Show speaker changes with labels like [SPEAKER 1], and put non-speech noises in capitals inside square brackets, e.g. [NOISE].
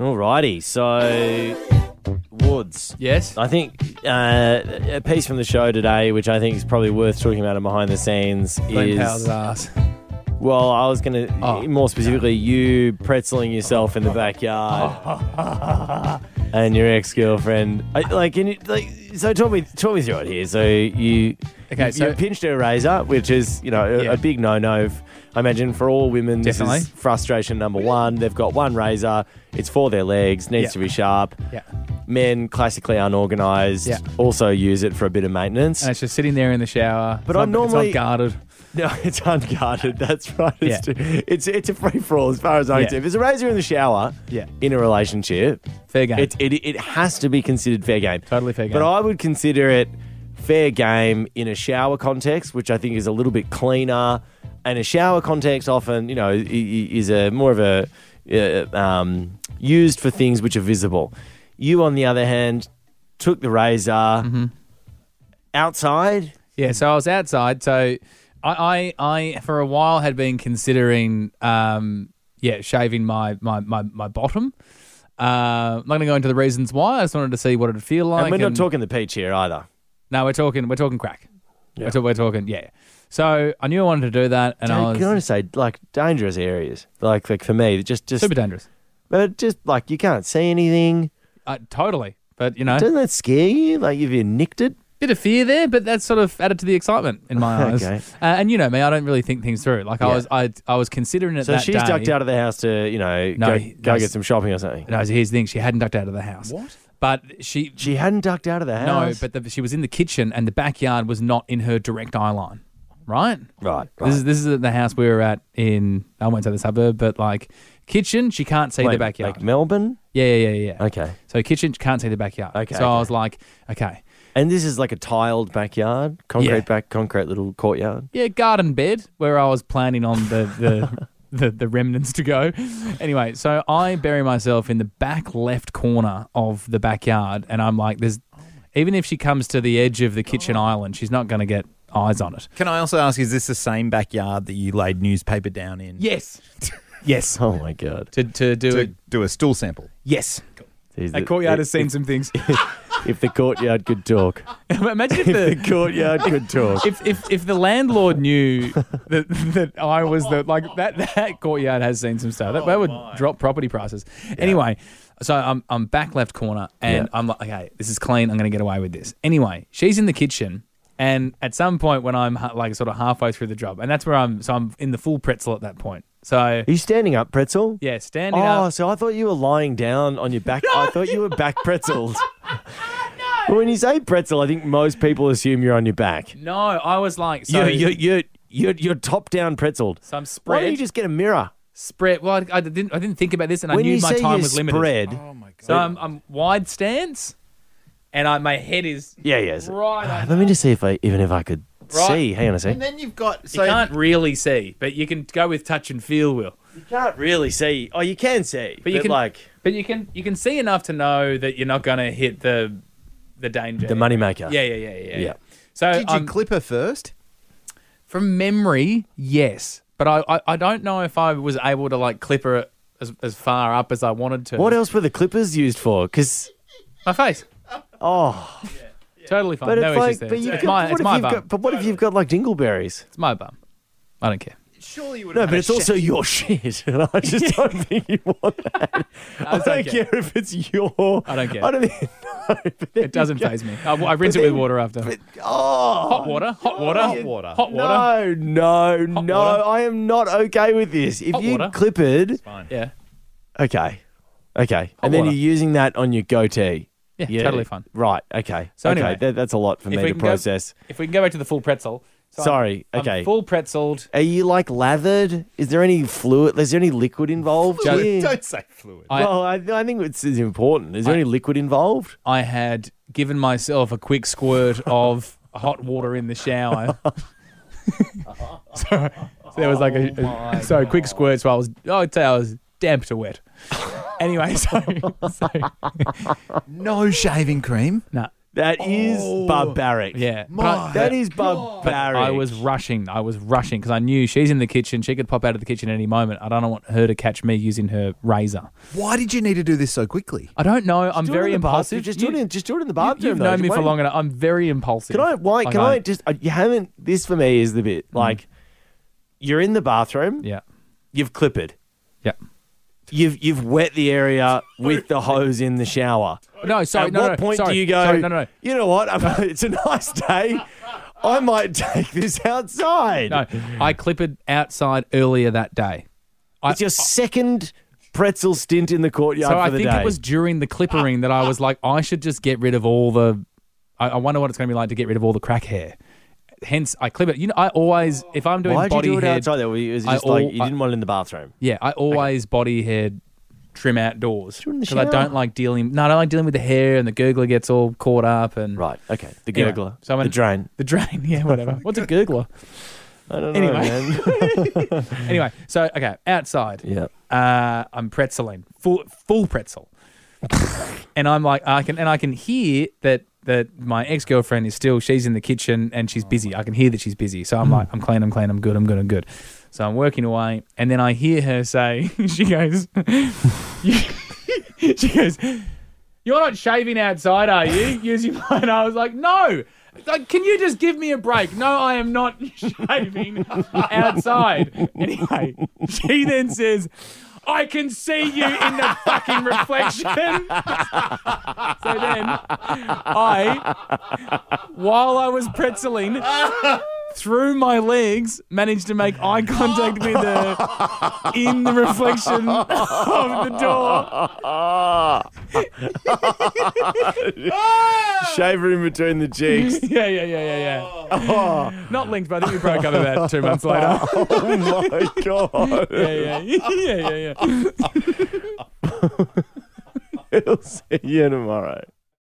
[SPEAKER 1] Alrighty, so Woods.
[SPEAKER 2] Yes.
[SPEAKER 1] I think uh, a piece from the show today, which I think is probably worth talking about in behind the scenes,
[SPEAKER 2] Glenn
[SPEAKER 1] is
[SPEAKER 2] Powell's ass.
[SPEAKER 1] well, I was going to
[SPEAKER 2] Oh.
[SPEAKER 1] more specifically you pretzeling yourself in the backyard and your ex girlfriend. Like, can you, like, so talk me talk me through it here. So you
[SPEAKER 2] Okay,
[SPEAKER 1] you,
[SPEAKER 2] so-
[SPEAKER 1] you pinched her razor, which is you know a,
[SPEAKER 2] Yeah.
[SPEAKER 1] a big no no. I imagine for all women,
[SPEAKER 2] Definitely.
[SPEAKER 1] this is frustration number one. They've got one razor. It's for their legs. Needs
[SPEAKER 2] Yeah.
[SPEAKER 1] to be sharp
[SPEAKER 2] Yeah.
[SPEAKER 1] men classically unorganized
[SPEAKER 2] Yeah. Uh,
[SPEAKER 1] also use it for a bit of maintenance.
[SPEAKER 2] And it's just sitting there in the shower.
[SPEAKER 1] But
[SPEAKER 2] It's
[SPEAKER 1] I'm
[SPEAKER 2] not- it's
[SPEAKER 1] normally-
[SPEAKER 2] not guarded. [LAUGHS]
[SPEAKER 1] no, it's unguarded. That's right. It's,
[SPEAKER 2] Yeah.
[SPEAKER 1] it's it's a free for all as far as I'm
[SPEAKER 2] Yeah.
[SPEAKER 1] concerned. If there's a razor in the shower
[SPEAKER 2] Yeah.
[SPEAKER 1] in a relationship,
[SPEAKER 2] Fair game.
[SPEAKER 1] it, it it has to be considered fair game.
[SPEAKER 2] Totally fair game.
[SPEAKER 1] But I would consider it fair game in a shower context, which I think is a little bit cleaner. And a shower context often, you know, i- i- is a more of a uh, um, used for things which are visible. You, on the other hand, took the razor
[SPEAKER 2] Mm-hmm.
[SPEAKER 1] outside.
[SPEAKER 2] Yeah, so I was outside. So I, I, I for a while had been considering, um, yeah, shaving my my my, my bottom. Uh, I'm not going to go into the reasons why. I just wanted to see what it'd feel like.
[SPEAKER 1] and we're not
[SPEAKER 2] and-
[SPEAKER 1] talking the peach here either.
[SPEAKER 2] No, we're talking. We're talking crack. We're, ta- we're talking. Yeah. So I knew I wanted to do that, and I
[SPEAKER 1] Don't-
[SPEAKER 2] was
[SPEAKER 1] Can I just say, like, dangerous areas? Like, like for me, just, just,
[SPEAKER 2] super dangerous.
[SPEAKER 1] but just like you can't see anything.
[SPEAKER 2] Uh, totally. But you know,
[SPEAKER 1] Doesn't that scare you? Like, if you nicked it,
[SPEAKER 2] bit of fear there, but that's sort of added to the excitement in my eyes.
[SPEAKER 1] [LAUGHS] Okay.
[SPEAKER 2] Uh, and you know me, I don't really think things through. Like I
[SPEAKER 1] Yeah.
[SPEAKER 2] was, I, I was considering it.
[SPEAKER 1] So
[SPEAKER 2] that
[SPEAKER 1] she's
[SPEAKER 2] day.
[SPEAKER 1] ducked out of the house to, you know,
[SPEAKER 2] No,
[SPEAKER 1] go,
[SPEAKER 2] he-
[SPEAKER 1] go
[SPEAKER 2] no,
[SPEAKER 1] get
[SPEAKER 2] s-
[SPEAKER 1] some shopping or something.
[SPEAKER 2] No, here's the thing. She hadn't ducked out of the house. What? But she
[SPEAKER 1] She hadn't ducked out of the
[SPEAKER 2] No,
[SPEAKER 1] house.
[SPEAKER 2] but the, she was in the kitchen, and the backyard was not in her direct eye line. Right.
[SPEAKER 1] Right, right.
[SPEAKER 2] This is this is the house we were at in. I won't say the suburb, but like kitchen, she can't see the
[SPEAKER 1] Wait,
[SPEAKER 2] backyard.
[SPEAKER 1] Like Melbourne?
[SPEAKER 2] yeah, yeah, yeah, yeah.
[SPEAKER 1] Okay.
[SPEAKER 2] So kitchen she can't see the backyard.
[SPEAKER 1] Okay,
[SPEAKER 2] So I
[SPEAKER 1] okay.
[SPEAKER 2] was like, okay,
[SPEAKER 1] And this is like a tiled backyard, concrete
[SPEAKER 2] Yeah.
[SPEAKER 1] back, concrete little courtyard.
[SPEAKER 2] yeah, garden bed where I was planning on [LAUGHS] the the, the the remnants to go. Anyway, so I bury myself in the back left corner of the backyard, and I'm like, there's even if she comes to the edge of the kitchen island, she's not going to get eyes on it.
[SPEAKER 3] Can I also ask, is this the same backyard that you laid newspaper down in?
[SPEAKER 2] Yes. [LAUGHS] yes.
[SPEAKER 1] Oh my god!
[SPEAKER 2] To, to do
[SPEAKER 3] To
[SPEAKER 2] it.
[SPEAKER 3] do a stool sample.
[SPEAKER 2] Yes.
[SPEAKER 1] Jeez,
[SPEAKER 2] That
[SPEAKER 1] the-
[SPEAKER 2] courtyard has
[SPEAKER 1] if,
[SPEAKER 2] seen some things.
[SPEAKER 1] if the courtyard could [LAUGHS] talk,
[SPEAKER 2] [LAUGHS] Imagine [LAUGHS] if
[SPEAKER 1] the
[SPEAKER 2] the.
[SPEAKER 1] courtyard could talk.
[SPEAKER 2] If, if, if the landlord knew that, that I was the like that that courtyard has seen some stuff that,
[SPEAKER 1] Oh
[SPEAKER 2] that would drop property prices. Anyway, so I'm I'm back left corner and
[SPEAKER 1] Yeah.
[SPEAKER 2] I'm like okay this is clean I'm gonna get away with this. Anyway, she's in the kitchen and at some point when I'm ha- like sort of halfway through the job and that's where I'm so I'm in the full pretzel at that point. So
[SPEAKER 1] Are you standing up, pretzel?
[SPEAKER 2] yeah, standing up.
[SPEAKER 1] Oh, so I thought you were lying down on your [LAUGHS] back. I thought you were back [LAUGHS] pretzeled. When you say pretzel, I think most people assume you're on your back.
[SPEAKER 2] No, I was like, so,
[SPEAKER 1] you're, you're, you're, you're top down pretzeled.
[SPEAKER 2] so
[SPEAKER 1] Why
[SPEAKER 2] I'm
[SPEAKER 1] don't
[SPEAKER 2] spread,
[SPEAKER 1] you just get a mirror?
[SPEAKER 2] spread. Well, I, I didn't, I didn't think about this, and I
[SPEAKER 1] when
[SPEAKER 2] knew
[SPEAKER 1] you
[SPEAKER 2] my
[SPEAKER 1] say
[SPEAKER 2] time
[SPEAKER 1] you
[SPEAKER 2] was limited.
[SPEAKER 1] spread,
[SPEAKER 2] So I'm, I'm wide stance, and I, my head is
[SPEAKER 1] yeah, yes.
[SPEAKER 2] right.
[SPEAKER 1] [SIGHS]
[SPEAKER 2] up.
[SPEAKER 1] Let me just see if I even if I could
[SPEAKER 2] Right.
[SPEAKER 1] see. Hang on a sec.
[SPEAKER 3] And then you've got
[SPEAKER 2] you can't really see, but you can go with touch and feel, Will.
[SPEAKER 1] You can't really see. Oh, you can see,
[SPEAKER 2] But you can- But you can, you can see enough to know that you're not going to hit the, the danger.
[SPEAKER 1] the moneymaker.
[SPEAKER 2] Yeah, yeah, yeah, yeah.
[SPEAKER 1] Yeah.
[SPEAKER 2] yeah. So
[SPEAKER 3] Did you
[SPEAKER 2] I'm-
[SPEAKER 3] clip her first?
[SPEAKER 2] from memory, yes, but I, I, I don't know if I was able to like clip her as, as far up as I wanted to.
[SPEAKER 1] What else were the clippers used for? Because
[SPEAKER 2] My face.
[SPEAKER 1] oh,
[SPEAKER 2] Totally fine.
[SPEAKER 1] but
[SPEAKER 2] no
[SPEAKER 1] it's like,
[SPEAKER 2] issues there.
[SPEAKER 1] but you
[SPEAKER 2] it's,
[SPEAKER 1] got,
[SPEAKER 2] my,
[SPEAKER 1] what
[SPEAKER 2] it's
[SPEAKER 1] if
[SPEAKER 2] my
[SPEAKER 1] you've
[SPEAKER 2] bum.
[SPEAKER 1] got, but what if you've got like dingleberries?
[SPEAKER 2] it's my bum. I don't care.
[SPEAKER 3] Surely you would
[SPEAKER 1] No, but it's also your [LAUGHS] shit, and I just don't think you want
[SPEAKER 2] [LAUGHS]
[SPEAKER 1] that. I,
[SPEAKER 2] just
[SPEAKER 1] don't
[SPEAKER 2] don't
[SPEAKER 1] care.
[SPEAKER 2] care.
[SPEAKER 1] if it's your.
[SPEAKER 2] I don't care.
[SPEAKER 1] I don't [LAUGHS] think. No, but then
[SPEAKER 2] It
[SPEAKER 1] [LAUGHS]
[SPEAKER 2] doesn't
[SPEAKER 1] you go-
[SPEAKER 2] phase me. I, I rinse it with
[SPEAKER 1] then-
[SPEAKER 2] water after.
[SPEAKER 1] But, oh,
[SPEAKER 2] hot water. Hot water.
[SPEAKER 3] Hot water.
[SPEAKER 2] Hot water.
[SPEAKER 1] No, no,
[SPEAKER 2] Hot
[SPEAKER 1] no.
[SPEAKER 2] water.
[SPEAKER 1] I am not okay with this. If
[SPEAKER 2] Hot
[SPEAKER 1] you
[SPEAKER 2] water.
[SPEAKER 1] clippered,
[SPEAKER 3] fine.
[SPEAKER 2] Yeah.
[SPEAKER 1] okay, okay, and then
[SPEAKER 2] water.
[SPEAKER 1] you're using that on your goatee.
[SPEAKER 2] yeah. Totally fine.
[SPEAKER 1] Right. Okay.
[SPEAKER 2] So
[SPEAKER 1] okay,
[SPEAKER 2] anyway,
[SPEAKER 1] that, that's a lot for me
[SPEAKER 2] if we
[SPEAKER 1] to
[SPEAKER 2] can go-
[SPEAKER 1] process.
[SPEAKER 2] If we can go back to the full pretzel. So I'm-
[SPEAKER 1] Sorry.
[SPEAKER 2] I'm
[SPEAKER 1] okay.
[SPEAKER 2] full pretzeled.
[SPEAKER 1] Are you like lathered? Is there any fluid? Is there any liquid involved?
[SPEAKER 2] Fluid?
[SPEAKER 1] here?
[SPEAKER 3] Don't say fluid.
[SPEAKER 2] I-
[SPEAKER 1] well, I, I think it's, it's important. Is there any liquid involved?
[SPEAKER 2] I had given myself a quick squirt of [LAUGHS] hot water in
[SPEAKER 1] [LAUGHS]
[SPEAKER 2] the shower. [LAUGHS] so, so there was like a,
[SPEAKER 1] Oh
[SPEAKER 2] a so a quick squirt. So I was I'd say I was damp
[SPEAKER 1] [LAUGHS]
[SPEAKER 2] to wet. anyway, so, so
[SPEAKER 3] No shaving cream.
[SPEAKER 2] no.
[SPEAKER 1] That is
[SPEAKER 3] Oh.
[SPEAKER 1] barbaric.
[SPEAKER 2] Yeah.
[SPEAKER 3] My-
[SPEAKER 2] But-
[SPEAKER 1] That is
[SPEAKER 2] But
[SPEAKER 1] barbaric.
[SPEAKER 2] I was rushing. I was rushing because I knew she's in the kitchen. She could pop out of the kitchen any moment. I don't want her to catch me using her razor.
[SPEAKER 4] Why did you need to do this so quickly?
[SPEAKER 2] I don't know. I'm
[SPEAKER 1] Do it
[SPEAKER 2] very
[SPEAKER 1] in the bathroom.
[SPEAKER 2] impulsive.
[SPEAKER 1] Just do it in. Just do it in the
[SPEAKER 2] you-
[SPEAKER 1] bathroom.
[SPEAKER 2] You've
[SPEAKER 1] though.
[SPEAKER 2] known me
[SPEAKER 1] Why-
[SPEAKER 2] for long enough. I'm very impulsive.
[SPEAKER 1] Can I? Why?
[SPEAKER 2] Like,
[SPEAKER 1] can I, just? I, you haven't. This for me is the bit. Like, you're in the bathroom.
[SPEAKER 2] Mm. Yeah.
[SPEAKER 1] You've clippered.
[SPEAKER 2] Yeah.
[SPEAKER 1] You've you've wet the area with
[SPEAKER 2] [LAUGHS]
[SPEAKER 1] the hose in the shower.
[SPEAKER 2] No, sorry.
[SPEAKER 1] At
[SPEAKER 2] no,
[SPEAKER 1] what
[SPEAKER 2] no,
[SPEAKER 1] point
[SPEAKER 2] sorry,
[SPEAKER 1] do you go?
[SPEAKER 2] Sorry, no, no, no.
[SPEAKER 1] You know what? I'm- it's a nice day. I might take this outside. [LAUGHS]
[SPEAKER 2] No, I clippered outside earlier that day. I,
[SPEAKER 1] It's your second pretzel stint in the courtyard
[SPEAKER 2] so
[SPEAKER 1] for
[SPEAKER 2] I
[SPEAKER 1] the
[SPEAKER 2] think
[SPEAKER 1] day.
[SPEAKER 2] it was during the clippering that I was like, I should just get rid of all the. I, I wonder what it's going to be like to get rid of all the crack hair. Hence, I clip it. You know, I always if I'm doing
[SPEAKER 1] Why did
[SPEAKER 2] body
[SPEAKER 1] you do it
[SPEAKER 2] hair,
[SPEAKER 1] outside? Though? Was it
[SPEAKER 2] I
[SPEAKER 1] just like
[SPEAKER 2] all-
[SPEAKER 1] you
[SPEAKER 2] I-
[SPEAKER 1] didn't want it in the bathroom?
[SPEAKER 2] yeah, I always body hair trim outdoors
[SPEAKER 1] it in the
[SPEAKER 2] because I
[SPEAKER 1] shower.
[SPEAKER 2] don't like dealing. No, I don't like dealing with the hair and the gurgler gets all caught up and
[SPEAKER 1] Right. Okay. The
[SPEAKER 2] Anyway,
[SPEAKER 1] gurgler.
[SPEAKER 2] so I'm
[SPEAKER 1] the
[SPEAKER 2] in-
[SPEAKER 1] drain.
[SPEAKER 2] the drain. [LAUGHS] Yeah, whatever. What's a gurgler?
[SPEAKER 1] I don't know,
[SPEAKER 2] Anyway.
[SPEAKER 1] man.
[SPEAKER 2] [LAUGHS] Anyway, so okay, outside.
[SPEAKER 1] yeah.
[SPEAKER 2] uh, I'm pretzeling full full pretzel, and I'm like I can and I can hear that that my ex girlfriend is still she's in the kitchen and she's busy. I can hear that she's busy, so I'm like I'm clean, I'm clean, I'm good, I'm good, I'm good. So I'm working away, and then I hear her say, [LAUGHS] she goes, she goes, you're not shaving outside, are you? Using my and I was like, no. Like, can you just give me a break? No, I am not [LAUGHS] shaving outside. Anyway, she then says, I can see you in the fucking reflection. so then I, while I was pretzeling, through my legs, managed to make eye contact with her in the reflection of the door.
[SPEAKER 1] Ah, Shave room between
[SPEAKER 2] [LAUGHS]
[SPEAKER 1] the cheeks.
[SPEAKER 2] Yeah, yeah, yeah, yeah, yeah.
[SPEAKER 1] [LAUGHS]
[SPEAKER 2] Not linked, but I think we broke up about two months later.
[SPEAKER 1] oh my god.
[SPEAKER 2] yeah, yeah, [LAUGHS] yeah, yeah, yeah.
[SPEAKER 1] We'll see you tomorrow.